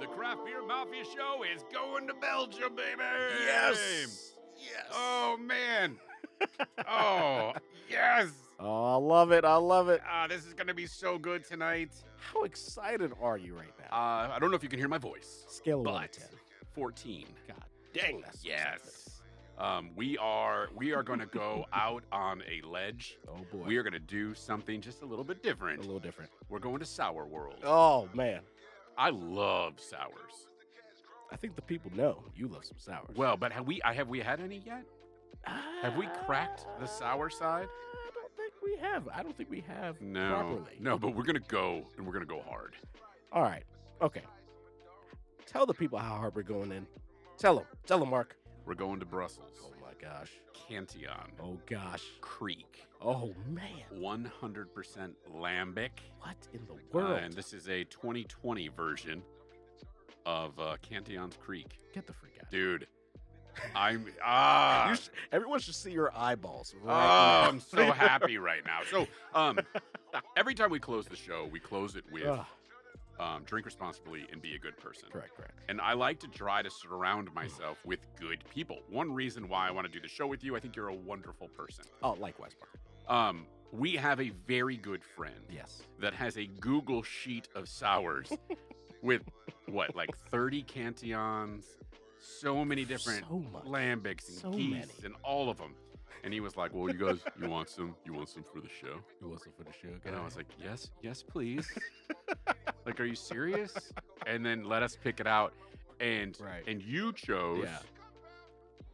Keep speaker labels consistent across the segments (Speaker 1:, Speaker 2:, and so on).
Speaker 1: The Craft Beer Mafia Show is going to Belgium, baby! Yes! Yes! Oh, man! Oh, yes!
Speaker 2: Oh, I love it. I love it.
Speaker 1: Ah, this is going to be so good tonight.
Speaker 2: How excited are you right now?
Speaker 1: Uh, I don't know if you can hear my voice,
Speaker 3: Scale of one to
Speaker 1: but
Speaker 3: ten.
Speaker 1: 14.
Speaker 3: God
Speaker 1: Dang.
Speaker 2: bless us with
Speaker 1: Yes. Um, we are we are going to go out on a ledge.
Speaker 3: Oh boy.
Speaker 1: We are going to do something just a little bit
Speaker 3: a
Speaker 1: different.
Speaker 3: little different.
Speaker 1: We're going to Sour World.
Speaker 2: Oh man,
Speaker 1: I love sours.
Speaker 3: I think the people know you love some sours.
Speaker 1: Well, but have we I have we had any yet? Have we cracked the sour side?
Speaker 3: I don't think we have. I don't think we have
Speaker 1: No.
Speaker 3: properly.
Speaker 1: No, but we're going to go and we're going to go hard.
Speaker 3: All right. Okay. Tell the people how hard we're going in. Tell them. Tell them, Mark.
Speaker 1: We're going to Brussels,
Speaker 3: Oh my gosh.
Speaker 1: Cantillon,
Speaker 3: Oh gosh.
Speaker 1: Creek,
Speaker 3: Oh man.
Speaker 1: 100% lambic.
Speaker 3: What in the
Speaker 1: Uh,
Speaker 3: world?
Speaker 1: and this is a 2020 version of uh, Cantillon's Creek.
Speaker 3: Get the freak out.
Speaker 1: Dude, I'm ah
Speaker 3: You sh- everyone should see your eyeballs
Speaker 1: Oh,
Speaker 3: right now.
Speaker 1: I'm so happy right now. So, um, every time we close the show, we close it with
Speaker 3: Ugh,
Speaker 1: um, drink responsibly and be a good person.
Speaker 3: correct, correct.
Speaker 1: And I like to try to surround myself with good people. One reason why I want to do the show with you, I think you're a wonderful person.
Speaker 3: Oh, likewise, Mark.
Speaker 1: Um, we have a very good friend
Speaker 3: Yes.
Speaker 1: that has a Google sheet of sours with what, like 30 Cantillons, so many different
Speaker 3: so much.
Speaker 1: lambics and
Speaker 3: So
Speaker 1: geese
Speaker 3: many.
Speaker 1: and all of them. And he was like, "Well, you guys, you want some? You want some for the show?"
Speaker 3: You also for the show,
Speaker 1: And I was like, "Yes, yes, please." like, are you serious? And then let us pick it out, and
Speaker 3: Right.
Speaker 1: and you chose
Speaker 3: Yeah.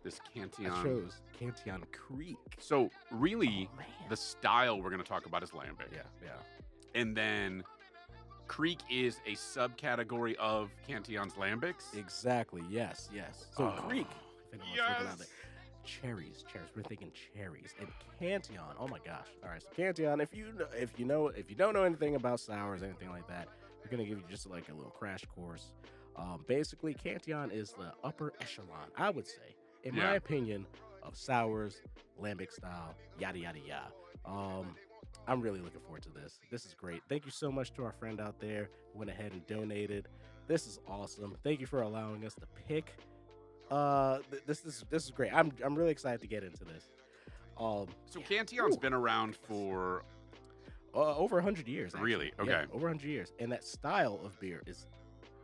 Speaker 1: this
Speaker 3: I
Speaker 1: Cantillon.
Speaker 3: chose Cantillon Creek.
Speaker 1: So
Speaker 3: Oh,
Speaker 1: really,
Speaker 3: man.
Speaker 1: the style we're going to talk about is lambic,
Speaker 3: yeah, yeah.
Speaker 1: and then Creek is a subcategory of Cantillon's lambics.
Speaker 3: Exactly. Yes, yes. So
Speaker 1: Oh,
Speaker 3: Creek. If anyone's looking out
Speaker 1: Yes.
Speaker 3: there. Cherries, cherries. We're thinking cherries and Cantillon. Oh my gosh! All right, so Cantillon. If you know, if you know, if you don't know anything about sours, anything like that, we're gonna give you just like a little crash course. Um, basically, Cantillon is the upper echelon, I would say, in my
Speaker 1: Yeah.
Speaker 3: opinion, of sours, lambic style, yada yada yada. Um, I'm really looking forward to this. This is great. Thank you so much to our friend out there who went ahead and donated. This is awesome. Thank you for allowing us to pick uh, th- this is this is great. I'm I'm really excited to get into this. Um,
Speaker 1: So
Speaker 3: yeah.
Speaker 1: Cantillon's
Speaker 3: Ooh.
Speaker 1: been around for
Speaker 3: uh, over hundred years. Actually.
Speaker 1: really
Speaker 3: Yeah,
Speaker 1: okay,
Speaker 3: over hundred years, and that style of beer is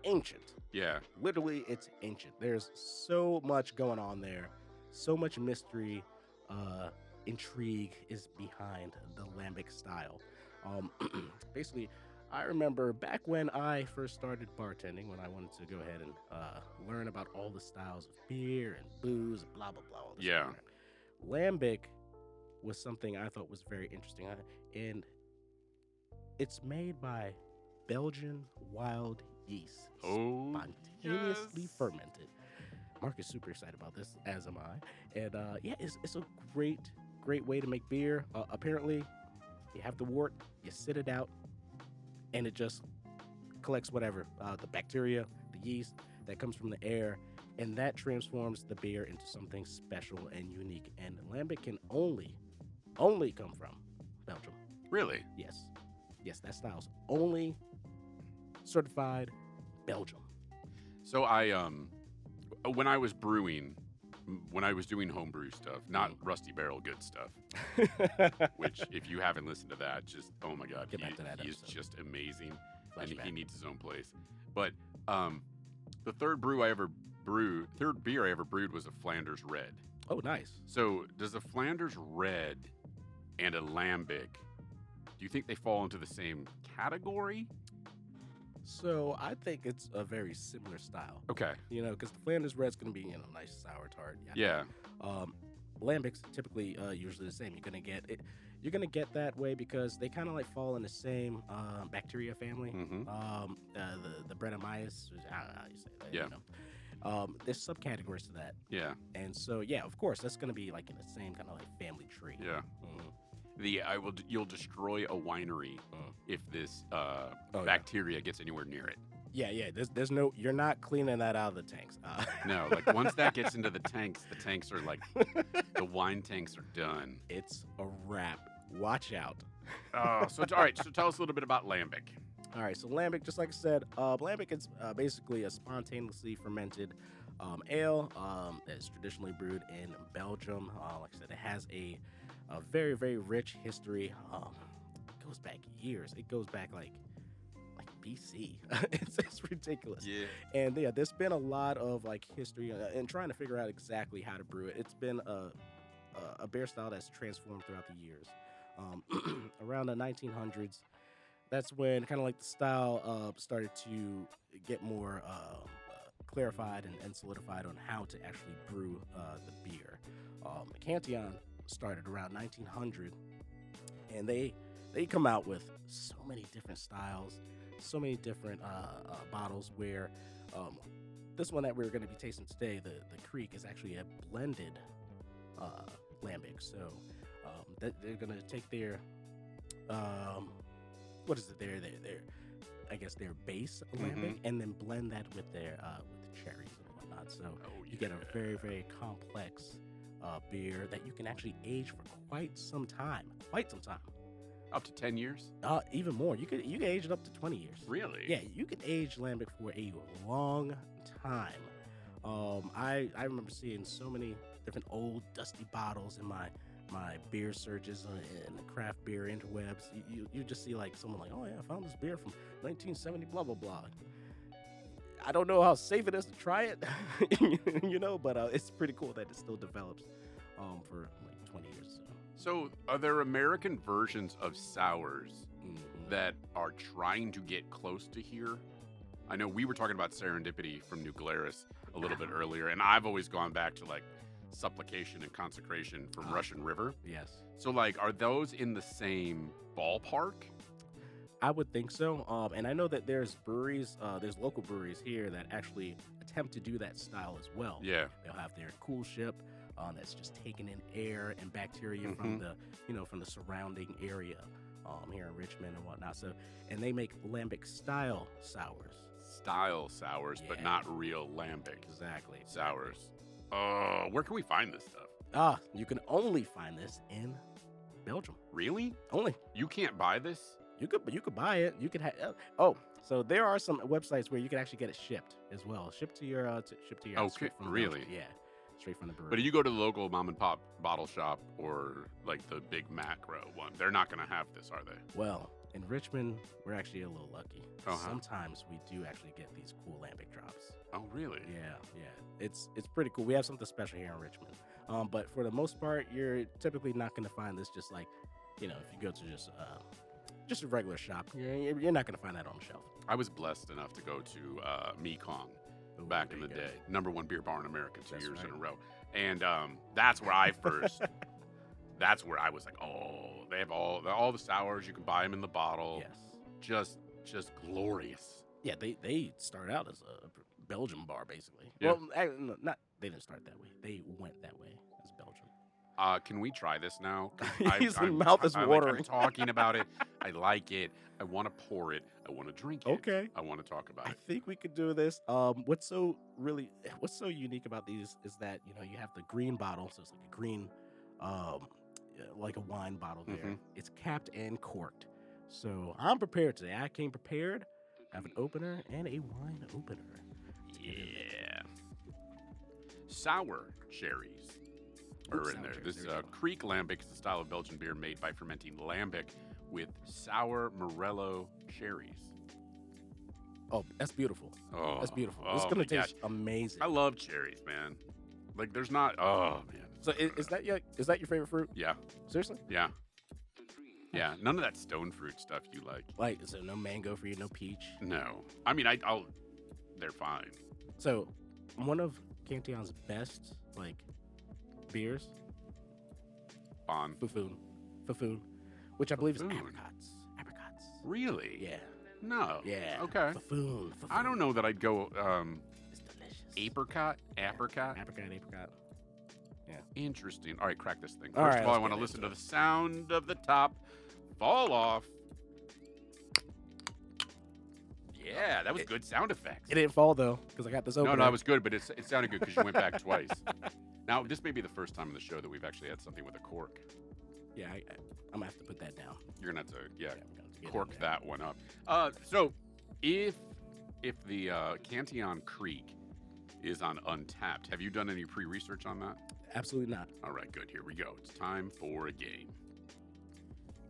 Speaker 3: ancient.
Speaker 1: yeah.
Speaker 3: Literally, it's ancient. There's so much going on there, so much mystery, uh, intrigue is behind the lambic style. Um, basically, I remember back when I first started bartending, when I wanted to go ahead and uh, learn about all the styles of beer and booze, blah blah blah. All this
Speaker 1: Yeah.
Speaker 3: crap. lambic was something I thought was very interesting, I, and it's made by Belgian wild yeast,
Speaker 1: Oh,
Speaker 3: spontaneously
Speaker 1: yes.
Speaker 3: fermented. Mark is super excited about this, as am I. And uh, yeah, it's, it's a great, great way to make beer. Uh, apparently, you have the wort, you sit it out, and it just collects whatever uh, the bacteria, the yeast that comes from the air, and that transforms the beer into something special and unique. And lambic can only, only come from Belgium.
Speaker 1: Really?
Speaker 3: Yes, yes, that style's only certified Belgium.
Speaker 1: So I um when I was brewing, m- when I was doing homebrew stuff, not
Speaker 3: Mhm.
Speaker 1: rusty barrel good stuff, which if you haven't listened to that, just oh my god,
Speaker 3: Get
Speaker 1: he,
Speaker 3: back to that
Speaker 1: he's
Speaker 3: episode.
Speaker 1: just amazing and he
Speaker 3: Flashback.
Speaker 1: needs his own place. But um the third brew I ever brewed, third beer I ever brewed was a Flanders Red.
Speaker 3: Oh, nice.
Speaker 1: So does a Flanders Red and a Lambic do you think they fall into the same category?
Speaker 3: So I think it's a very similar style,
Speaker 1: Okay.
Speaker 3: you know, because the Flanders Red's gonna be you know nice sour tart. yada,
Speaker 1: Yeah.
Speaker 3: um, lambics typically uh, usually the same. You're gonna get it. You're gonna get that way because they kind of like fall in the same uh, bacteria family.
Speaker 1: Mm-hmm.
Speaker 3: Um, uh, the the Brettanomyces. I don't know how you say that.
Speaker 1: Yeah.
Speaker 3: You know. Um, there's subcategories to that,
Speaker 1: Yeah.
Speaker 3: and so yeah, of course, that's gonna be like in the same kind of like family tree.
Speaker 1: Yeah.
Speaker 3: Mhm.
Speaker 1: The I will. d- You'll destroy a winery
Speaker 3: Mm.
Speaker 1: if this uh,
Speaker 3: Oh, yeah.
Speaker 1: bacteria gets anywhere near it.
Speaker 3: Oh, Yeah, yeah. There's, there's no. You're not cleaning that out of the tanks. Uh,
Speaker 1: No, like once that gets into the tanks, the tanks are like the wine tanks are done.
Speaker 3: it's a wrap. Watch out.
Speaker 1: Oh, so all right. So tell us a little bit about lambic.
Speaker 3: All right, so lambic, just like I said, uh, lambic is uh, basically a spontaneously fermented um, ale um, that is traditionally brewed in Belgium. Uh, like I said, it has a, a very, very rich history. Um, it goes back years. It goes back like like BC. it's, it's ridiculous.
Speaker 1: Yeah.
Speaker 3: And yeah, there's been a lot of like history uh, and trying to figure out exactly how to brew it. It's been a a, a beer style that's transformed throughout the years. Um, around the 1900s, that's when kind of like the style uh, started to get more uh, uh, clarified and, and solidified on how to actually brew uh, the beer. Um, Cantillon started around 1900, and they they come out with so many different styles, so many different uh, uh, bottles. Where um, this one that we're going to be tasting today, the the Creek, is actually a blended uh, lambic. So um, that they're going to take their um, what is it? Their their their I guess their base lambic, and then blend that with their uh, with the cherries and whatnot. So
Speaker 1: Oh,
Speaker 3: you get a very very complex uh, beer that you can actually age for quite some time quite some time
Speaker 1: up to ten years.
Speaker 3: uh, even more you could you can age it up to 20 years
Speaker 1: Really?
Speaker 3: yeah you can age lambic for a long time um, I, I remember seeing so many different old dusty bottles in my my beer searches on- in the craft beer interwebs you, you, you just see like someone like oh yeah i found this beer from 1970 blah blah blah i don't know how safe it is to try it you know but uh, it's pretty cool that it still develops um, for like 20 years or
Speaker 1: So are there American versions of sours
Speaker 3: so Mhm.
Speaker 1: that are trying to get close to here? I know we were talking about serendipity from New Glarus a little bit earlier, and I've always gone back to like supplication and consecration from
Speaker 3: Ah.
Speaker 1: Russian River.
Speaker 3: yes
Speaker 1: So like, are those in the same ballpark?
Speaker 3: I would think so. Um, and I know that there's breweries, uh, there's local breweries here that actually attempt to do that style as well.
Speaker 1: Yeah.
Speaker 3: They'll have their cool ship um, that's just taking in air and bacteria from
Speaker 1: Mm-hmm.
Speaker 3: the, you know, from the surrounding area um, here in Richmond and whatnot. So, and they make lambic style sours.
Speaker 1: Style sours, but
Speaker 3: Yeah.
Speaker 1: not real lambic
Speaker 3: Exactly.
Speaker 1: sours. Oh, where can we find this stuff?
Speaker 3: Ah, you can only find this in Belgium.
Speaker 1: Really?
Speaker 3: Only.
Speaker 1: You can't buy this?
Speaker 3: You could you could buy it. You could have oh, so there are some websites where you can actually get it shipped as well. Shipped to your uh, to, shipped to your house
Speaker 1: Okay,
Speaker 3: straight from the
Speaker 1: really?
Speaker 3: Belgium. Yeah. Straight from the brewery.
Speaker 1: But if you go to the local mom and pop bottle shop or like the big macro one, they're not going to have this, are they?
Speaker 3: well, in Richmond, we're actually a little lucky.
Speaker 1: Uh-huh.
Speaker 3: Sometimes we do actually get these cool lambic drops.
Speaker 1: Oh, really?
Speaker 3: Yeah, yeah. It's it's pretty cool. We have something special here in Richmond. Um, but for the most part, you're typically not going to find this just like, you know, if you go to just uh, just a regular shop, you're, you're you're not going to find that on the shelf.
Speaker 1: I was blessed enough to go to uh, Mekong
Speaker 3: Ooh,
Speaker 1: back
Speaker 3: there
Speaker 1: in
Speaker 3: you
Speaker 1: the
Speaker 3: go.
Speaker 1: day, number one beer bar in America two
Speaker 3: That's
Speaker 1: years in
Speaker 3: right.
Speaker 1: a row. And um, that's where I first, that's where I was like, oh, they have all, all the sours. You can buy them in the bottle.
Speaker 3: Yes.
Speaker 1: Just, just glorious.
Speaker 3: Yeah, they they start out as a B- Belgian bar basically.
Speaker 1: Yeah.
Speaker 3: Well, ac- no, not they didn't start that way. They went that way as Belgium.
Speaker 1: Uh, can we try this now? 'Cause
Speaker 3: His mouth is
Speaker 1: I- like, I'm
Speaker 3: watering.
Speaker 1: talking about it. I like it. I want to pour it. I want to drink it.
Speaker 3: Okay.
Speaker 1: I want to talk about
Speaker 3: I
Speaker 1: it.
Speaker 3: think we could do this. Um, what's so really what's so unique about these is that you know you have the green bottle, so it's like a green, um, uh, like a wine bottle. There,
Speaker 1: Mhm.
Speaker 3: it's capped and corked. So I'm prepared today. I came prepared. I have an opener and a wine opener.
Speaker 1: Yeah. Sour cherries are
Speaker 3: Oops,
Speaker 1: in
Speaker 3: sour
Speaker 1: there.
Speaker 3: cherries,
Speaker 1: This is
Speaker 3: there we
Speaker 1: uh,
Speaker 3: go.
Speaker 1: Creek Lambic. It's a style of Belgian beer made by fermenting lambic with sour Morello cherries.
Speaker 3: Oh, that's beautiful.
Speaker 1: Oh,
Speaker 3: That's beautiful. it's
Speaker 1: oh
Speaker 3: gonna
Speaker 1: my gosh.
Speaker 3: taste amazing.
Speaker 1: I love cherries, man. Like, there's not. Oh, man.
Speaker 3: So is, is that your is that your favorite fruit?
Speaker 1: Yeah.
Speaker 3: Seriously?
Speaker 1: Yeah. Yeah. None of that stone fruit stuff you like.
Speaker 3: Like, so no mango for you, no peach.
Speaker 1: No, I mean I, I'll. They're fine.
Speaker 3: So, one of Cantillon's best like beers,
Speaker 1: Bon.
Speaker 3: Fafoon, Fafoon, which I believe is
Speaker 1: Fafoon.
Speaker 3: apricots. Apricots.
Speaker 1: Really?
Speaker 3: Yeah,
Speaker 1: No.
Speaker 3: yeah.
Speaker 1: Okay.
Speaker 3: Fafoon.
Speaker 1: I don't
Speaker 3: Fafoon.
Speaker 1: know that I'd go um,
Speaker 3: It's delicious.
Speaker 1: apricot. Apricot.
Speaker 3: Apricot. Apricot.
Speaker 1: Interesting. All right, crack this thing. First
Speaker 3: All right,
Speaker 1: of all, I
Speaker 3: let's
Speaker 1: want to
Speaker 3: get
Speaker 1: listen to
Speaker 3: into
Speaker 1: the sound of the top fall off. Yeah, that was
Speaker 3: It-
Speaker 1: good sound effects.
Speaker 3: It didn't fall though, because I got this open.
Speaker 1: No, no, it was good, but it's, it sounded good because you went back twice. Now, this may be the first time in the show that we've actually had something with a cork.
Speaker 3: Yeah, I, I, I'm gonna have to put that down.
Speaker 1: You're gonna have to, yeah,
Speaker 3: we're gonna have to get
Speaker 1: cork
Speaker 3: into
Speaker 1: that one up. Uh, so, if if the uh, Canteon Creek is on Untapped, have you done any pre-research on that?
Speaker 3: Absolutely not.
Speaker 1: All right, good. Here we go. It's time for a game.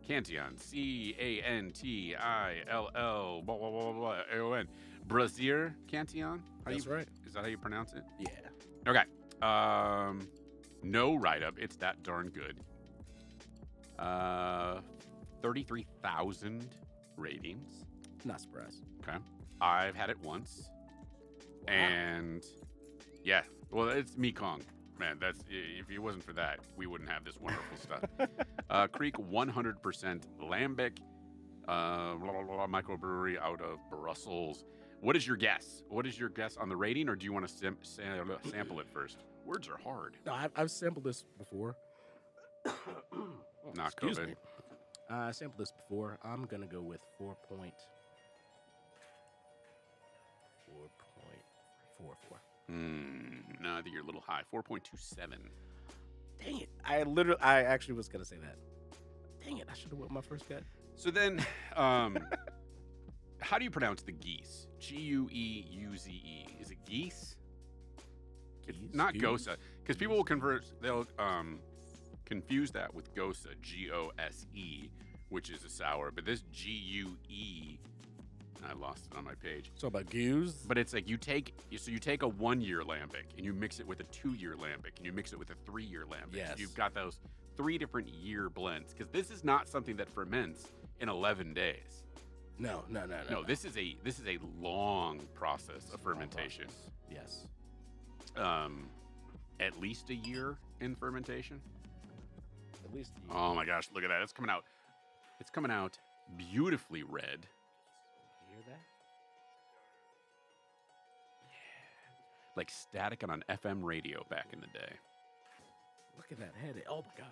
Speaker 1: Canteon, C A N T I L L blah blah blah blah A O N. Brazier Canteon. How you,
Speaker 3: right.
Speaker 1: is that how you pronounce it?
Speaker 3: Yeah.
Speaker 1: Um, no write up. It's that darn good. Uh, thirty-three thousand ratings.
Speaker 3: Not surprised.
Speaker 1: I've had it once,
Speaker 3: Wow.
Speaker 1: and yeah, well, it's Mekong. Man, that's i- if it wasn't for that, we wouldn't have this wonderful stuff. Uh, Creek 100% Lambic, uh, blah, blah, blah, microbrewery out of Brussels. What is your guess? What is your guess on the rating, or do you want to sim- sam- sample it first? Words are hard.
Speaker 3: No, I've, I've sampled this before. oh,
Speaker 1: Not
Speaker 3: excuse
Speaker 1: COVID.
Speaker 3: me. Uh, I sampled this before. I'm gonna go with four point. Four point four four.
Speaker 1: Hmm, no, I think you're a little high. 4.27.
Speaker 3: Dang it!
Speaker 2: I literally, I actually was gonna say that.
Speaker 3: Dang it! I should have went with my first cut.
Speaker 1: So then, um, how do you pronounce the geese? G U E U Z E. Is it geese? It's
Speaker 3: Geese?
Speaker 1: not uh,
Speaker 3: Goose?
Speaker 1: Gosa, because people will convert. They'll um, confuse that with Gosa, G O S E, which is a sour. But this G U E, I lost it on my page.
Speaker 3: So about goose.
Speaker 1: But it's like you take so you take a one year lambic and you mix it with a two year lambic and you mix it with a three year lambic. So
Speaker 3: Yes.
Speaker 1: you've got those three different year blends because this is not something that ferments in 11 days.
Speaker 3: No, no, no, no.
Speaker 1: No, this is a this is a long process of fermentation.
Speaker 3: Yes.
Speaker 1: Um, at least a year in fermentation.
Speaker 3: At least. you-
Speaker 1: Oh my gosh, look at that! It's coming out. It's coming out beautifully red.
Speaker 3: you hear that?
Speaker 1: Like static on an FM radio back in the day.
Speaker 3: Look at that head. Oh my gosh.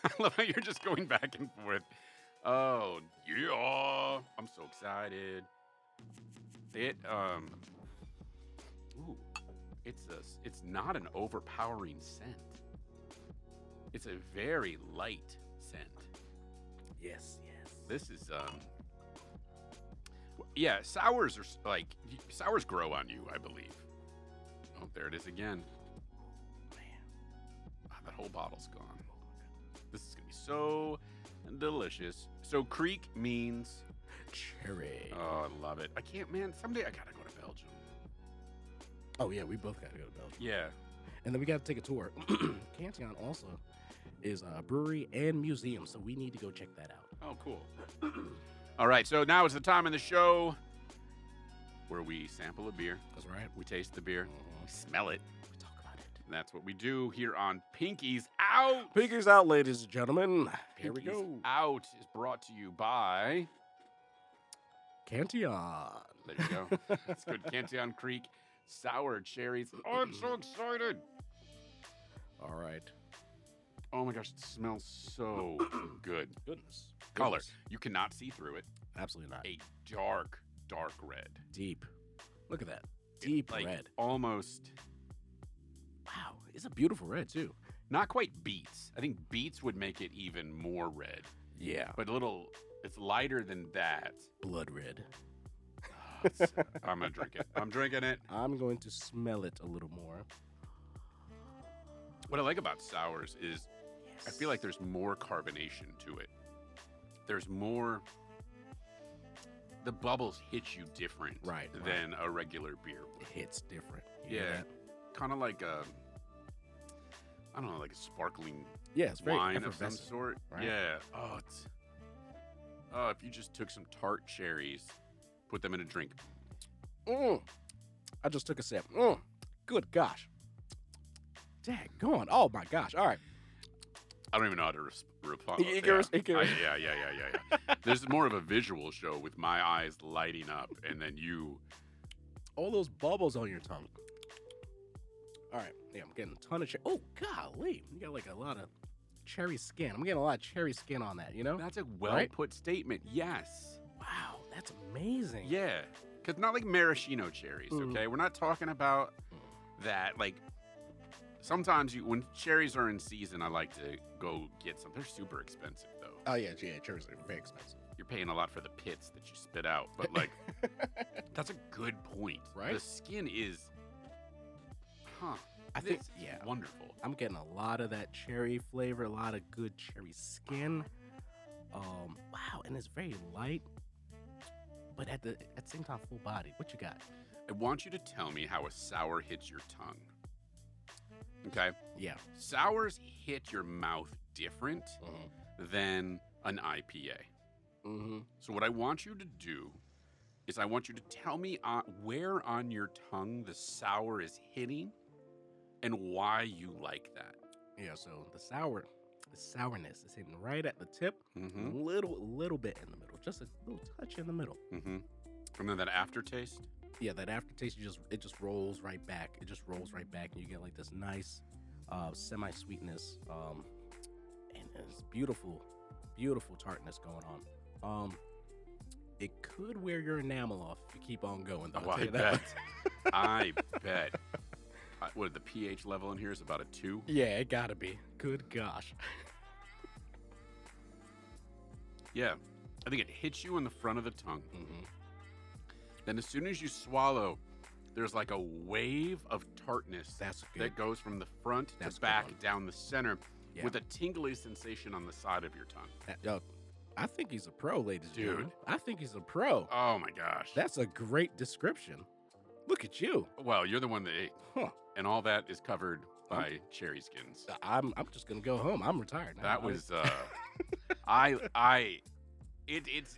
Speaker 1: I love how you're just going back and forth. Oh yeah, I'm so excited. It um, ooh, it's a s- it's not an overpowering scent. It's a very light scent.
Speaker 3: Yes, yes.
Speaker 1: This is um, w- yeah, sours are s- like y- sours grow on you, I believe. Oh, there it is again. Ah, that whole bottle's gone. This is gonna be so delicious. So creek means.
Speaker 3: cherry.
Speaker 1: Oh, I love it. I can't, man. Someday I gotta go to Belgium.
Speaker 3: oh yeah, we both got to go to Belgium,
Speaker 1: Yeah.
Speaker 3: and then we got to take a tour. Canton also is a brewery and museum, so we need to go check that out.
Speaker 1: Oh, cool. All right. So now it's the time in the show where we sample a beer.
Speaker 3: That's right.
Speaker 1: We taste the beer. We smell it.
Speaker 3: We talk about it.
Speaker 1: And that's what we do here on Pinkies Out.
Speaker 2: Pinkies out, ladies and gentlemen. Here we
Speaker 1: Pinkies
Speaker 2: go.
Speaker 1: Out is brought to you by.
Speaker 3: Cantion.
Speaker 1: There you go. That's good. Canton Creek sour cherries. Oh, I'm so excited.
Speaker 3: All right.
Speaker 1: Oh my gosh, it smells so good.
Speaker 3: Goodness.
Speaker 1: Color.
Speaker 3: Goodness.
Speaker 1: You cannot see through it.
Speaker 3: Absolutely not.
Speaker 1: A dark, dark red.
Speaker 3: Deep. Look at that.
Speaker 1: It,
Speaker 3: Deep
Speaker 1: like,
Speaker 3: red.
Speaker 1: Almost
Speaker 3: Wow, it's a beautiful red too.
Speaker 1: not quite beets. I think beets would make it even more red,
Speaker 3: Yeah.
Speaker 1: but a little it's lighter than that.
Speaker 3: Blood red.
Speaker 1: Ah, it's- I'm gonna drink it. I'm drinking it.
Speaker 3: I'm going to smell it a little more.
Speaker 1: What I like about sours is I feel like there's more carbonation to it. There's more. The bubbles hit you different
Speaker 3: Right, right.
Speaker 1: than a regular beer.
Speaker 3: it hits different. You hear
Speaker 1: Yeah,
Speaker 3: that?
Speaker 1: kind of like a. I don't know, like a sparkling
Speaker 3: Yeah, it's very
Speaker 1: wine of some
Speaker 3: effervescent.
Speaker 1: sort.
Speaker 3: right?
Speaker 1: Yeah. Oh, it's. Oh, if you just took some tart cherries, put them in a drink.
Speaker 3: Mm. I just took a sip. Mm. Good gosh. Dang, on. Oh my gosh. All right.
Speaker 1: I don't even know how to res- respond.
Speaker 2: It goes- it goes.
Speaker 1: yeah, yeah, yeah, yeah, yeah. There's more of a visual show with my eyes lighting up, and then you.
Speaker 3: All those bubbles on your tongue. All right. Yeah, I'm getting a ton of cherry. Oh, golly. You got like a lot of Oh, cherry skin. I'm getting a lot of cherry skin on that, you know?
Speaker 1: That's a well put statement. Yes.
Speaker 3: Wow. That's amazing.
Speaker 1: Yeah, because not like maraschino cherries.
Speaker 3: Mm.
Speaker 1: Okay, we're not talking about that. Like sometimes you, when cherries are in season, I like to go get some. They're super expensive though.
Speaker 4: Oh yeah, yeah, cherries are very expensive.
Speaker 1: You're paying a lot for the pits that you spit out, but like that's a good point.
Speaker 4: Right?
Speaker 1: The skin is, huh?
Speaker 3: I think
Speaker 1: This is
Speaker 3: yeah.
Speaker 1: wonderful.
Speaker 3: I'm getting a lot of that cherry flavor, a lot of good cherry skin. Um, wow, and it's very light, but at the at the same time full body. What you got?
Speaker 1: I want you to tell me how a sour hits your tongue. Okay,
Speaker 3: Yeah.
Speaker 1: sours hit your mouth different
Speaker 4: Mhm.
Speaker 1: than an IPA.
Speaker 3: Mm-hmm.
Speaker 1: So what I want you to do is I want you to tell me on, where on your tongue the sour is hitting and why you like that.
Speaker 3: Yeah. So the sour, the sourness is hitting right at the tip,
Speaker 1: Mm-hmm.
Speaker 3: little little bit in the middle, just a little touch in the middle.
Speaker 1: Mm-hmm. And then that aftertaste.
Speaker 3: yeah, that aftertaste you just it just rolls right back. It just rolls right back, and you get like this nice uh, semi sweetness, um, and it's beautiful, beautiful tartness going on. Um, it could wear your enamel off if you keep on going. Though,
Speaker 1: Oh,
Speaker 3: I'll tell
Speaker 1: I
Speaker 3: you that
Speaker 1: bet.
Speaker 3: much.
Speaker 1: I bet. I, what the pH level in here is about a two.
Speaker 3: Yeah, it gotta be. Good gosh.
Speaker 1: Yeah, I think it hits you in the front of the tongue.
Speaker 3: hmm
Speaker 1: Then as soon as you swallow, there's like a wave of tartness
Speaker 3: That's good.
Speaker 1: that goes from the front
Speaker 3: That's
Speaker 1: to
Speaker 3: a good one.
Speaker 1: back down the center,
Speaker 3: Yeah.
Speaker 1: with a tingly sensation on the side of your tongue.
Speaker 3: That- yo, I think he's a pro, ladies and
Speaker 1: Dude.
Speaker 3: gentlemen. I think he's a pro.
Speaker 1: Oh my gosh.
Speaker 3: That's a great description. Look at you.
Speaker 1: Well, you're the one that ate.
Speaker 3: Huh.
Speaker 1: And all that is covered by
Speaker 3: Okay.
Speaker 1: cherry skins.
Speaker 3: I'm I'm just gonna go home. I'm retired now.
Speaker 1: That
Speaker 3: I-
Speaker 1: was uh I I it it's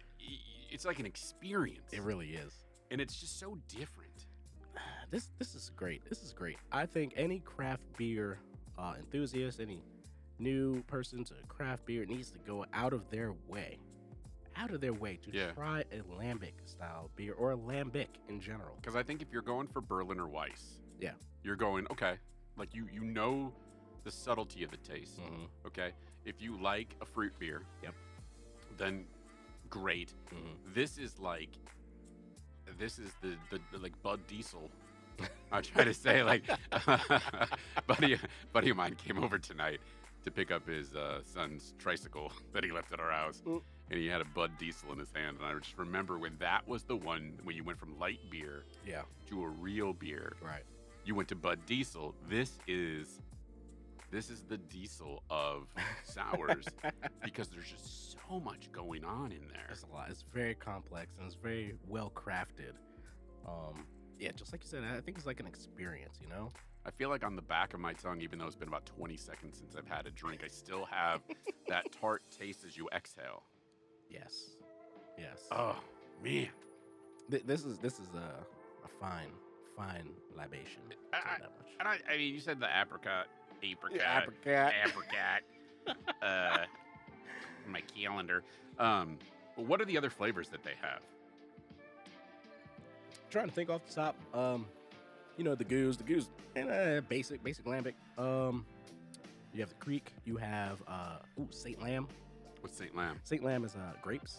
Speaker 1: it's like an experience.
Speaker 3: it really is.
Speaker 1: and it's just so different.
Speaker 3: this this is great. This is great. I think any craft beer uh, enthusiast, any new person to craft beer, needs to go out of their way, out of their way to
Speaker 1: Yeah.
Speaker 3: try a lambic style beer or a lambic in general.
Speaker 1: Cuz I think if you're going for Berliner Weiss,
Speaker 3: Yeah.
Speaker 1: You're going, okay, like you you know the subtlety of the taste,
Speaker 3: Mhm,
Speaker 1: okay? If you like a fruit beer,
Speaker 3: Yep.
Speaker 1: Then great.
Speaker 3: mhm.
Speaker 1: This is like this is the, the, the, like Bud Diesel. I try to say like buddy buddy of mine came over tonight to pick up his uh, son's tricycle that he left at our house,
Speaker 3: Mm.
Speaker 1: and he had a Bud Diesel in his hand, and I just remember when that was the one when you went from light beer
Speaker 3: Yeah.
Speaker 1: to a real beer.
Speaker 3: Right.
Speaker 1: You went to Bud Diesel. This is this is the diesel of sours because there's just so much going on in there.
Speaker 3: It's a lot. It's very complex and it's very well crafted. Um, yeah, just like you said, I think it's like an experience. You know.
Speaker 1: I feel like on the back of my tongue, even though it's been about 20 seconds since I've had a drink, I still have that tart taste as you exhale.
Speaker 3: Yes. Yes.
Speaker 1: Oh, man.
Speaker 3: Th- this is this is a, a fine fine libation.
Speaker 1: I-
Speaker 3: I'll tell you
Speaker 1: I-
Speaker 3: that much.
Speaker 1: And I, I mean, you said the apricot, apricot,
Speaker 2: Apricot.
Speaker 1: apricot, uh, my calendar. Um, but what are the other flavors that they have?
Speaker 3: trying to think off the top. Um, you know the goose, the goose, and uh, basic, basic lambic. Um, you have the creek. You have uh, ooh, Saint Lamb.
Speaker 1: What's St. Lamb?
Speaker 3: Saint Lamb is uh, grapes.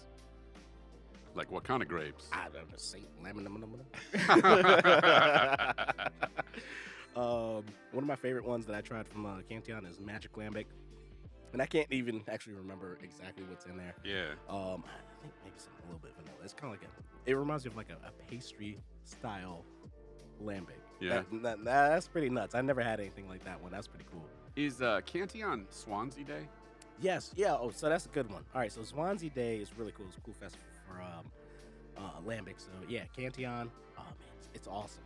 Speaker 1: Like, what kind of grapes?
Speaker 3: I don't know Saint Lamb. num, num, num,
Speaker 1: okay.
Speaker 3: num. um, one of my favorite ones that I tried from uh, Canteon is Magic Lambic, and I can't even actually remember exactly what's in there.
Speaker 1: Yeah.
Speaker 3: Um, I think maybe something a little bit vanilla. It's kind of like a. It reminds me of like a, a pastry style lambic.
Speaker 1: Yeah.
Speaker 3: That- that- that's pretty nuts. I never had anything like that one. That's pretty cool.
Speaker 1: Is uh, Canteon Swansea Day?
Speaker 3: Yes. Yeah. Oh, so that's a good one. All right. So Swansea Day is really cool. It's a cool festival for um, uh, Lambic. So yeah, Canteon. Oh man, it's, it's awesome.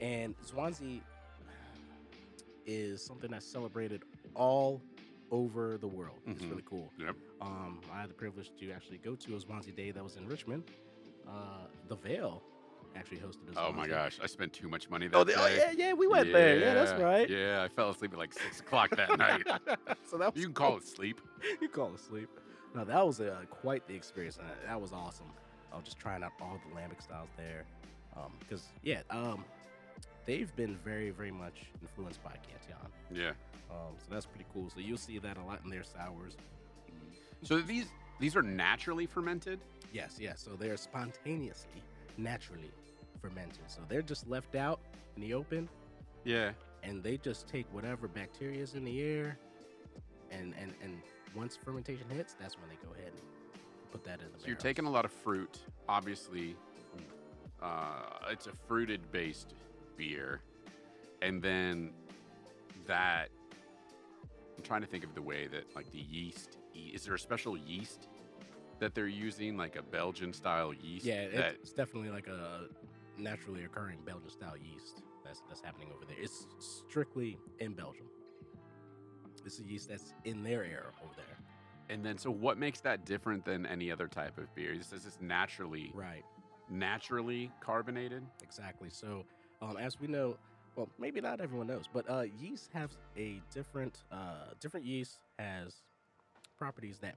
Speaker 3: And Swansea is something that's celebrated all over the world. It's
Speaker 1: Mhm.
Speaker 3: really cool.
Speaker 1: Yep.
Speaker 3: Um, I had the privilege to actually go to a Swansea Day that was in Richmond. Uh, the Vale actually hosted. A
Speaker 1: Oh my
Speaker 3: Swansea-
Speaker 1: gosh, I spent too much money that
Speaker 3: Oh,
Speaker 1: day.
Speaker 3: they- oh, yeah, yeah, we went there. Yeah, that's right.
Speaker 1: Yeah, I fell asleep at like six o'clock that night.
Speaker 3: so that was
Speaker 1: You can call it sleep.
Speaker 3: you call it sleep. No, that was uh, quite the experience. and that- that was awesome. I was just trying out all the lambic styles there, because yeah, um, they've been very, very much influenced by Canton.
Speaker 1: Yeah.
Speaker 3: Um, so that's pretty cool. So you'll see that a lot in their sours.
Speaker 1: So these These are naturally fermented.
Speaker 3: Yes, yes. So they're spontaneously, naturally fermented. So they're just left out in the open
Speaker 1: Yeah.
Speaker 3: and they just take whatever bacteria is in the air and and and once fermentation hits, that's when they go ahead and put that in the
Speaker 1: So you're
Speaker 3: barrels.
Speaker 1: taking a lot of fruit. Obviously, uh, it's a fruited based beer. And then that, I'm trying to think of the way that, like, the yeast e- is there a special yeast that they're using, like a Belgian style yeast?
Speaker 3: Yeah,
Speaker 1: that,
Speaker 3: it's definitely like a naturally occurring Belgian style yeast that's that's happening over there. It's strictly in Belgium. It's a yeast that's in their air over there.
Speaker 1: and then, so what makes that different than any other type of beer? This is just naturally,
Speaker 3: Right.
Speaker 1: naturally carbonated.
Speaker 3: Exactly. So, um, as we know, well, maybe not everyone knows, but uh, yeast have a different uh, different yeast has properties that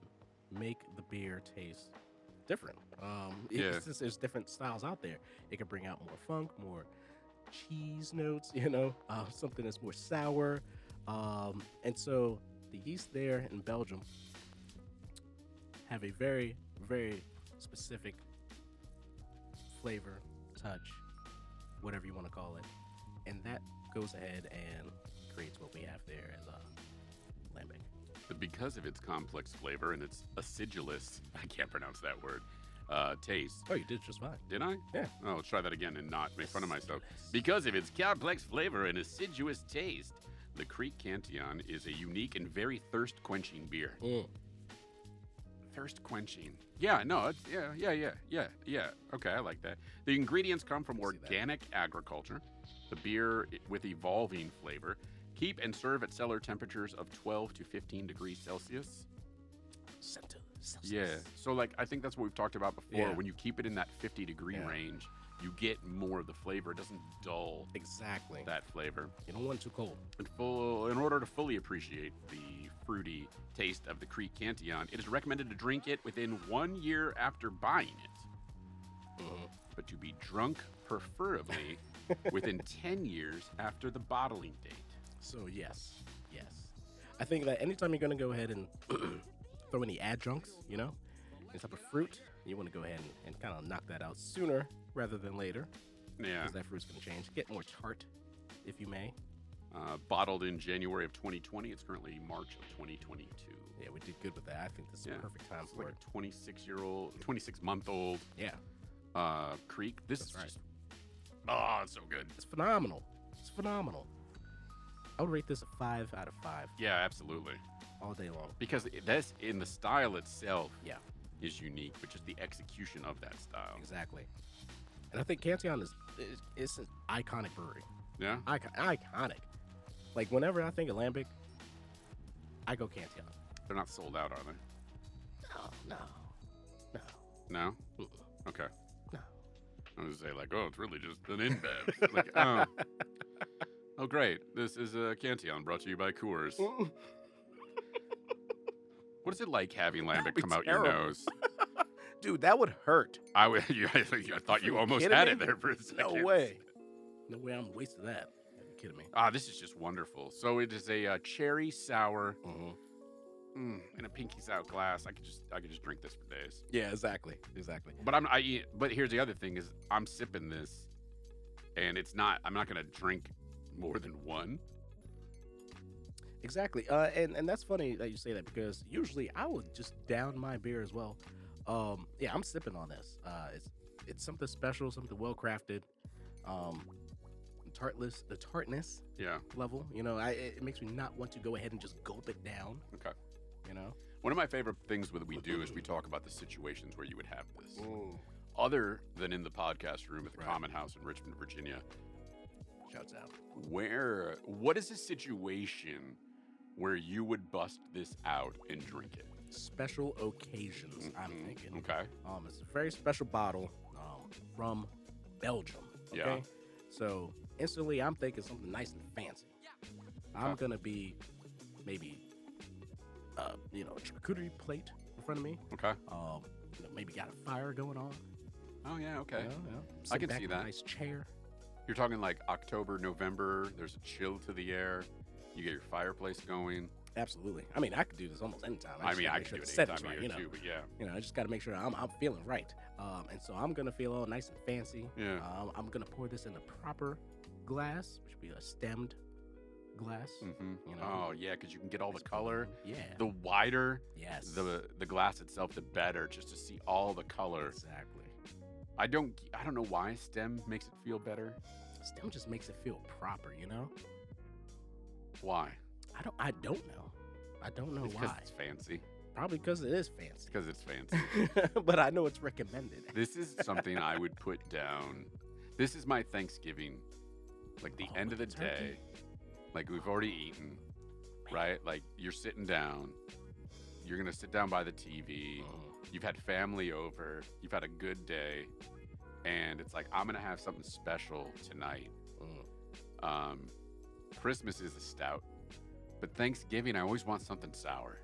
Speaker 3: make the beer taste different. Um, it-
Speaker 1: Yeah.
Speaker 3: it's just- there's different styles out there. It could bring out more funk, more cheese notes, you know, uh, something that's more sour. Um, and so the yeast there in Belgium have a very, very specific flavor, touch, whatever you want to call it. And that goes ahead and creates what we have there as uh, a lambic.
Speaker 1: But because of its complex flavor and its acidulous, I can't pronounce that word, uh, taste,
Speaker 3: Oh, you did just fine.
Speaker 1: Did I?
Speaker 3: Yeah.
Speaker 1: Oh, let's try that again and not make fun of myself. Because of its complex flavor and assiduous taste, the Creek Cantillon is a unique and very thirst quenching beer.
Speaker 3: Mm.
Speaker 1: Thirst quenching. Yeah, no, it's, yeah, yeah, yeah, yeah, yeah. Okay, I like that. The ingredients come from
Speaker 3: I see that.
Speaker 1: organic agriculture. The beer i- with evolving flavor. Keep and serve at cellar temperatures of 12 to 15 degrees Celsius.
Speaker 3: Center,
Speaker 1: Yeah. So like I think that's what we've talked about before.
Speaker 3: Yeah.
Speaker 1: When you keep it in that 50 degree
Speaker 3: Yeah.
Speaker 1: range, you get more of the flavor. It doesn't dull
Speaker 3: Exactly.
Speaker 1: that flavor.
Speaker 3: You don't want it too cold.
Speaker 1: And full, in order to fully appreciate the fruity taste of the Creek Cantillon, it is recommended to drink it within one year after buying it,
Speaker 3: Mm-hmm.
Speaker 1: but to be drunk preferably within 10 years after the bottling date.
Speaker 3: So, yes, yes. I think that anytime you're going to go ahead and throw any adjuncts, you know, any type of fruit, you want to go ahead and, and kind of knock that out sooner rather than later
Speaker 1: Yeah.
Speaker 3: because that fruit's going to change. Get more tart, if you may.
Speaker 1: Uh, bottled in January of 2020. It's currently March of 2022.
Speaker 3: Yeah, we did good with that. I think this is
Speaker 1: Yeah.
Speaker 3: a perfect time
Speaker 1: It's
Speaker 3: for
Speaker 1: like
Speaker 3: it.
Speaker 1: a 26 year old, 26 month old
Speaker 3: Yeah,
Speaker 1: uh, creek. This
Speaker 3: That's
Speaker 1: is
Speaker 3: right.
Speaker 1: just oh, it's so good.
Speaker 3: it's phenomenal. It's phenomenal. I would rate this a five out of five
Speaker 1: Yeah, absolutely.
Speaker 3: all day long.
Speaker 1: Because i- that's in the style itself.
Speaker 3: Yeah.
Speaker 1: is unique, but just the execution of that style.
Speaker 3: Exactly. And I think Cantillon is is it's an iconic brewery.
Speaker 1: Yeah,
Speaker 3: Icon, iconic. Like whenever I think of lambic, I go Cantillon.
Speaker 1: they're not sold out, are they?
Speaker 3: No, no, no,
Speaker 1: No.
Speaker 3: Mm-mm.
Speaker 1: Okay.
Speaker 3: no.
Speaker 1: I was gonna say like, oh, it's really just an InBev. like, oh. oh, great. This is a uh, Cantillon brought to you by Coors.
Speaker 3: Mm.
Speaker 1: What is it like having lambic
Speaker 2: be
Speaker 1: come out your
Speaker 2: terrible.
Speaker 1: nose?
Speaker 2: Dude, that would hurt.
Speaker 1: I, w- you- I thought you
Speaker 2: freaking
Speaker 1: almost
Speaker 2: kidding
Speaker 1: had
Speaker 2: me?
Speaker 1: it there for a second.
Speaker 2: No way.
Speaker 3: No way I'm wasting that. Are you kidding me?
Speaker 1: Ah, this is just wonderful. So it is a uh, cherry sour
Speaker 3: Mm-hmm.
Speaker 1: mm, in a pinkies out glass. I could just I could just drink this for days.
Speaker 3: Yeah, exactly, exactly.
Speaker 1: But I'm I eat, but here's the other thing is I'm sipping this, and it's not I'm not gonna drink more than one.
Speaker 3: Exactly. Uh, and, and that's funny that you say that because usually I would just down my beer as well. Um, yeah, I'm sipping on this. Uh, it's it's something special, something well crafted. Um, tartless, the tartness
Speaker 1: Yeah.
Speaker 3: level, you know, I, it it makes me not want to go ahead and just gulp it down.
Speaker 1: Okay.
Speaker 3: You know,
Speaker 1: One of my favorite things that we do is we talk about the situations where you would have this. Other than in the podcast room at the
Speaker 3: Right.
Speaker 1: Common House in Richmond, Virginia,
Speaker 3: shouts out.
Speaker 1: where what is a situation where you would bust this out and drink it?
Speaker 3: Special occasions. I'm
Speaker 1: Mhm.
Speaker 3: thinking.
Speaker 1: Okay.
Speaker 3: Um, it's a very special bottle um, from Belgium. Okay?
Speaker 1: Yeah.
Speaker 3: So instantly, I'm thinking something nice and fancy. I'm
Speaker 1: Okay.
Speaker 3: gonna be maybe, uh, you know, a charcuterie plate in front of me.
Speaker 1: Okay.
Speaker 3: Um, you know, maybe got a fire going on.
Speaker 1: Oh yeah. Okay.
Speaker 3: you know, yeah.
Speaker 1: I
Speaker 3: Sit
Speaker 1: can
Speaker 3: back
Speaker 1: see
Speaker 3: in a
Speaker 1: that.
Speaker 3: Nice chair.
Speaker 1: You're talking like October, November. There's a chill to the air. You get your fireplace going.
Speaker 3: absolutely. I mean, I could do this almost anytime.
Speaker 1: I
Speaker 3: just
Speaker 1: mean,
Speaker 3: gotta
Speaker 1: I
Speaker 3: make
Speaker 1: could do
Speaker 3: sure
Speaker 1: it
Speaker 3: the
Speaker 1: anytime
Speaker 3: setting's
Speaker 1: of
Speaker 3: right,
Speaker 1: year
Speaker 3: you know.
Speaker 1: too, but yeah,
Speaker 3: You know, I just got to make sure I'm, I'm feeling right. Um, and so I'm gonna feel all nice and fancy.
Speaker 1: yeah.
Speaker 3: Um, I'm gonna pour this in a proper glass, which would be a stemmed glass.
Speaker 1: Mhm.
Speaker 3: you know,
Speaker 1: Oh yeah, because you can get all the
Speaker 3: Just put it
Speaker 1: color.
Speaker 3: in. Yeah.
Speaker 1: The wider
Speaker 3: yes.
Speaker 1: the the glass itself, the better, just to see all the color.
Speaker 3: exactly.
Speaker 1: I don't I don't know why stem makes it feel better.
Speaker 3: Stem just makes it feel proper. You know.
Speaker 1: Why?
Speaker 3: I don't. I don't know. I don't know
Speaker 1: It's because
Speaker 3: why.
Speaker 1: it's fancy.
Speaker 3: Probably because it is
Speaker 1: It's
Speaker 3: fancy.
Speaker 1: because it's fancy.
Speaker 3: but I know it's recommended.
Speaker 1: this is something I would put down. This is my Thanksgiving, like the
Speaker 3: Oh,
Speaker 1: end of
Speaker 3: with
Speaker 1: the
Speaker 3: the turkey.
Speaker 1: day. Like we've already eaten, right? Like you're sitting down. You're gonna sit down by the TV.
Speaker 3: Mhm.
Speaker 1: You've had family over. You've had a good day, and it's like I'm gonna have something special tonight.
Speaker 3: Mm.
Speaker 1: Um, Christmas is a stout, but Thanksgiving I always want something sour.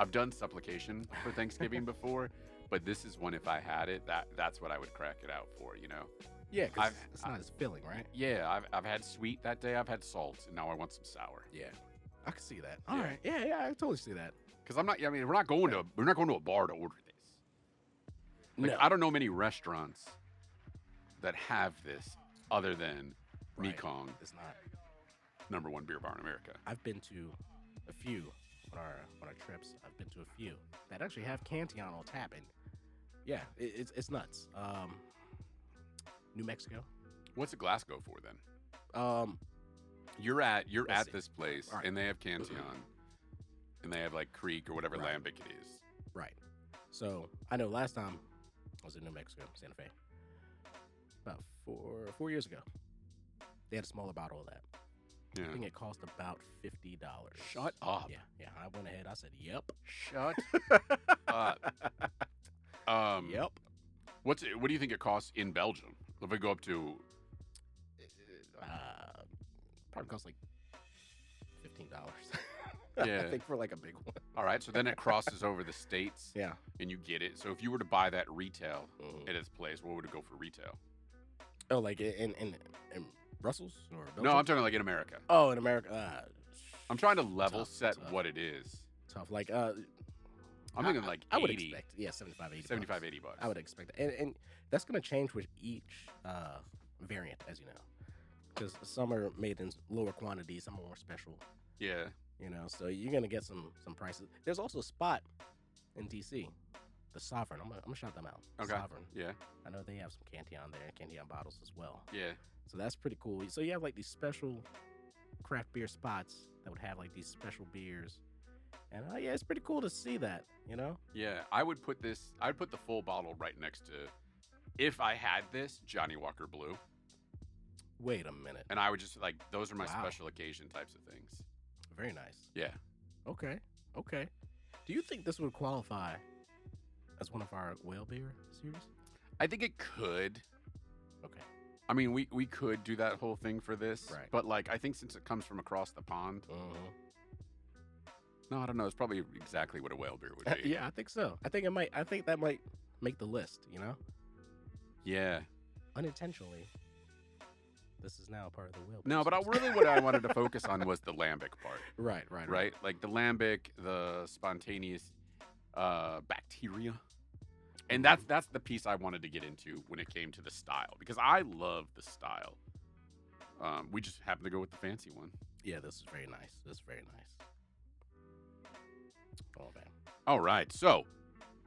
Speaker 1: I've done supplication for Thanksgiving before, but this is one if I had it, that that's what I would crack it out for. You know?
Speaker 3: Yeah, because
Speaker 1: I've-
Speaker 3: it's not as filling, right?
Speaker 1: Yeah, I've I've had sweet that day. I've had salt, and now I want some sour.
Speaker 3: Yeah, I can see that.
Speaker 1: Yeah.
Speaker 3: All right. yeah. yeah, I totally see that.
Speaker 1: Because I'm not. I mean, we're not going to we're not going to a bar to order this. Like, I don't know many restaurants that have this other than
Speaker 3: Right.
Speaker 1: Mekong,
Speaker 3: it's not.
Speaker 1: number one beer bar in America.
Speaker 3: I've been to a few on our on our trips. I've been to a few that actually have Canteon on tap, and yeah, it, it's it's nuts. Um, New Mexico.
Speaker 1: What's a Glasgow for then?
Speaker 3: Um,
Speaker 1: You're at you're
Speaker 3: Let's
Speaker 1: at
Speaker 3: see.
Speaker 1: this place,
Speaker 3: All right.
Speaker 1: and they have Canteon, and they have like Creek or whatever
Speaker 3: Right.
Speaker 1: lambic it is.
Speaker 3: Right. So I know last time I was in New Mexico, Santa Fe, about four four years ago. They had a smaller bottle of that. I
Speaker 1: Yeah. Ah,
Speaker 3: think it cost about fifty dollars.
Speaker 1: Shut up.
Speaker 3: Yeah, yeah. I went ahead. I said, "Yep,
Speaker 1: Shut up. Um,
Speaker 3: yep."
Speaker 1: What's it, what do you think it costs in Belgium? If we go up to
Speaker 3: Uh, probably cost like fifteen dollars.
Speaker 1: Yeah.
Speaker 3: I think for like a big one.
Speaker 1: all right, so then it crosses over the states,
Speaker 3: Yeah.
Speaker 1: and you get it. So if you were to buy that retail
Speaker 3: Mm-hmm.
Speaker 1: at its place, what would it go for retail?
Speaker 3: Oh, like in in, in, in Brussels or Belgium?
Speaker 1: No, I'm talking like in America.
Speaker 3: oh, in America. Uh,
Speaker 1: I'm trying to level
Speaker 3: Tough,
Speaker 1: set
Speaker 3: tough.
Speaker 1: what it is.
Speaker 3: tough. Like uh,
Speaker 1: I'm
Speaker 3: I-
Speaker 1: thinking like
Speaker 3: I would
Speaker 1: 80,
Speaker 3: expect yeah, 75, 80 bucks.
Speaker 1: 75, 80 bucks.
Speaker 3: I would expect that. And, and that's going to change with each uh, variant, as you know. Because some are made in lower quantities, some are more special,
Speaker 1: Yeah.
Speaker 3: you know. So you're going to get some some prices. There's also a spot in DC, the Sovereign. I'm going to shout them out.
Speaker 1: Okay.
Speaker 3: Sovereign.
Speaker 1: Yeah.
Speaker 3: I know they have some Canteon there, Canteon bottles as well.
Speaker 1: Yeah.
Speaker 3: So that's pretty cool. So you have like these special craft beer spots that would have like these special beers. And uh, yeah, it's pretty cool to see that, you know?
Speaker 1: Yeah. I would put this, I'd put the full bottle right next to, if I had this, Johnny Walker Blue.
Speaker 3: Wait a minute.
Speaker 1: And I would just like, those are my
Speaker 3: Wow.
Speaker 1: special occasion types of things.
Speaker 3: Very nice.
Speaker 1: Yeah.
Speaker 3: Okay. Okay. Do you think this would qualify as one of our whale beer series?
Speaker 1: I think it could.
Speaker 3: Okay.
Speaker 1: I mean, we, we could do that whole thing for this.
Speaker 3: Right.
Speaker 1: But like, I think since it comes from across the pond,
Speaker 3: Mm-hmm.
Speaker 1: no, I don't know. It's probably exactly what a whale beer would be.
Speaker 3: Uh, yeah, I think so. I think it might. I think that might make the list. You know,
Speaker 1: Yeah.
Speaker 3: unintentionally, this is now part of the whale.
Speaker 1: No, but I, really what I wanted to focus on was the lambic part.
Speaker 3: Right, right,
Speaker 1: right? Like the lambic, the spontaneous uh, bacteria, and that's that's the piece I wanted to get into when it came to the style because I love the style. Um, we just happened to go with the fancy one.
Speaker 3: Yeah, this is very nice. This is very nice. Oh man,
Speaker 1: All right, so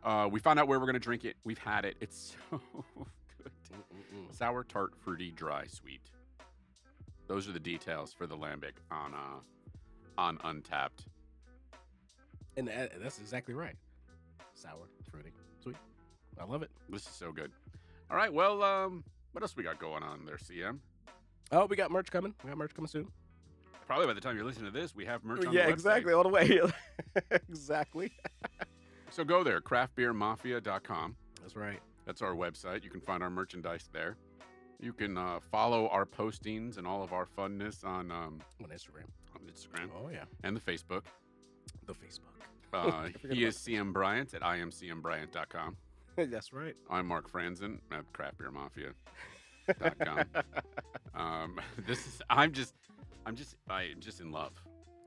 Speaker 1: uh, we found out where we're gonna drink it. We've had it. It's so good.
Speaker 3: Mm-mm-mm.
Speaker 1: Sour, tart, fruity, dry, sweet. Those are the details for the lambic on uh, on Untapped.
Speaker 3: and tha- that's exactly right. Sour, fruity, sweet. I love it.
Speaker 1: This is so good. All right, well, um, what else we got going on there, CM?
Speaker 3: Oh, we got merch coming. We got merch coming soon.
Speaker 1: Probably by the time you're listening to this, we have merch on the
Speaker 2: yeah,
Speaker 1: website.
Speaker 2: exactly. All the way. exactly.
Speaker 1: So go there, craftbeermafia.com.
Speaker 3: That's right.
Speaker 1: That's our website. You can find our merchandise there. You can uh, follow our postings and all of our funness on, um,
Speaker 3: On Instagram.
Speaker 1: on Instagram
Speaker 3: Oh yeah,
Speaker 1: and the Facebook.
Speaker 3: the Facebook.
Speaker 1: Uh,
Speaker 3: I forgot
Speaker 1: he
Speaker 3: about
Speaker 1: is CM Bryant at imcmbryant.com.
Speaker 2: That's right.
Speaker 1: I'm Mark Franzen at craftbeermafia.com. um, this is I'm just I'm just I'm just in love.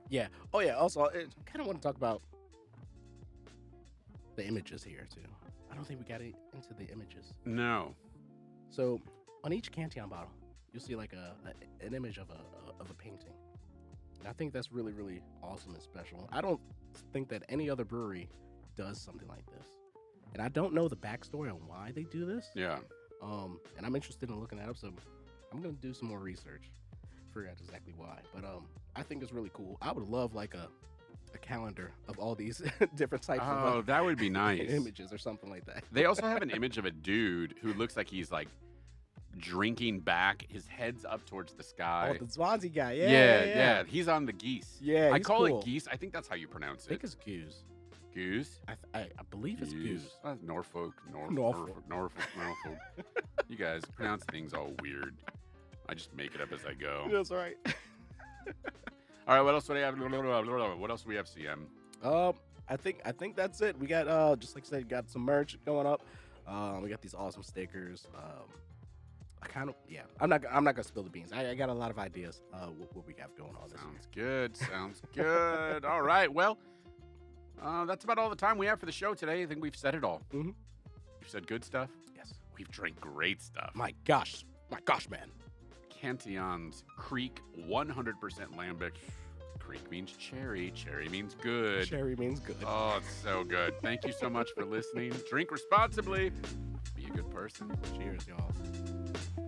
Speaker 3: Yeah. Oh yeah. Also, I kind of want to talk about the images here too. I don't think we got in- into the images.
Speaker 1: No.
Speaker 3: So on each Canteon bottle, you'll see like a, a- an image of a of a painting. And I think that's really really awesome and special. I don't think that any other brewery does something like this. And I don't know the backstory on why they do this.
Speaker 1: Yeah.
Speaker 3: Um, and I'm interested in looking that up, so I'm gonna do some more research, figure out exactly why. But um, I think it's really cool. I would love like a a calendar of all these different types
Speaker 1: Oh,
Speaker 3: of uh,
Speaker 1: that would be nice.
Speaker 3: images or something like that.
Speaker 1: They also have an image of a dude who looks like he's like drinking back. His head's up towards the
Speaker 2: Oh,
Speaker 1: sky.
Speaker 2: the Swansea guy. Yeah,
Speaker 1: yeah,
Speaker 2: yeah. yeah.
Speaker 1: He's on the geese.
Speaker 2: Yeah,
Speaker 1: I
Speaker 2: he's
Speaker 1: call
Speaker 2: cool.
Speaker 1: it geese. I think that's how you pronounce
Speaker 3: I think
Speaker 1: it.
Speaker 3: it's Goose.
Speaker 1: Goose.
Speaker 3: I, th- I, I believe it's Goose.
Speaker 1: Uh, Norfolk, Norfolk, Norfolk,
Speaker 3: Norfolk.
Speaker 1: Norfolk, Norfolk. you guys pronounce things all weird. I just make it up as I go.
Speaker 2: That's right.
Speaker 1: All right, what else do we have? What else do we have, CM?
Speaker 3: Um, I think I think that's it. We got uh, just like I said, got some merch going up. Um, we got these awesome stickers. Um, I kind of yeah. I'm not I'm not gonna spill the beans. I, I got a lot of ideas. Uh, what, what we have going on this year.
Speaker 1: Sounds good. Sounds good. all right, well, uh, that's about all the time we have for the show today. I think we've said it all.
Speaker 3: Mhm.
Speaker 1: We've said good stuff.
Speaker 3: Yes.
Speaker 1: We've drank great stuff.
Speaker 3: My gosh, my gosh, man.
Speaker 1: Cantillon's Creek 100% Lambic. Creek means cherry. Cherry means good.
Speaker 3: Cherry means good.
Speaker 1: Oh, it's so good. Thank you so much for listening. Drink responsibly. Be a good person.
Speaker 3: Cheers, y'all.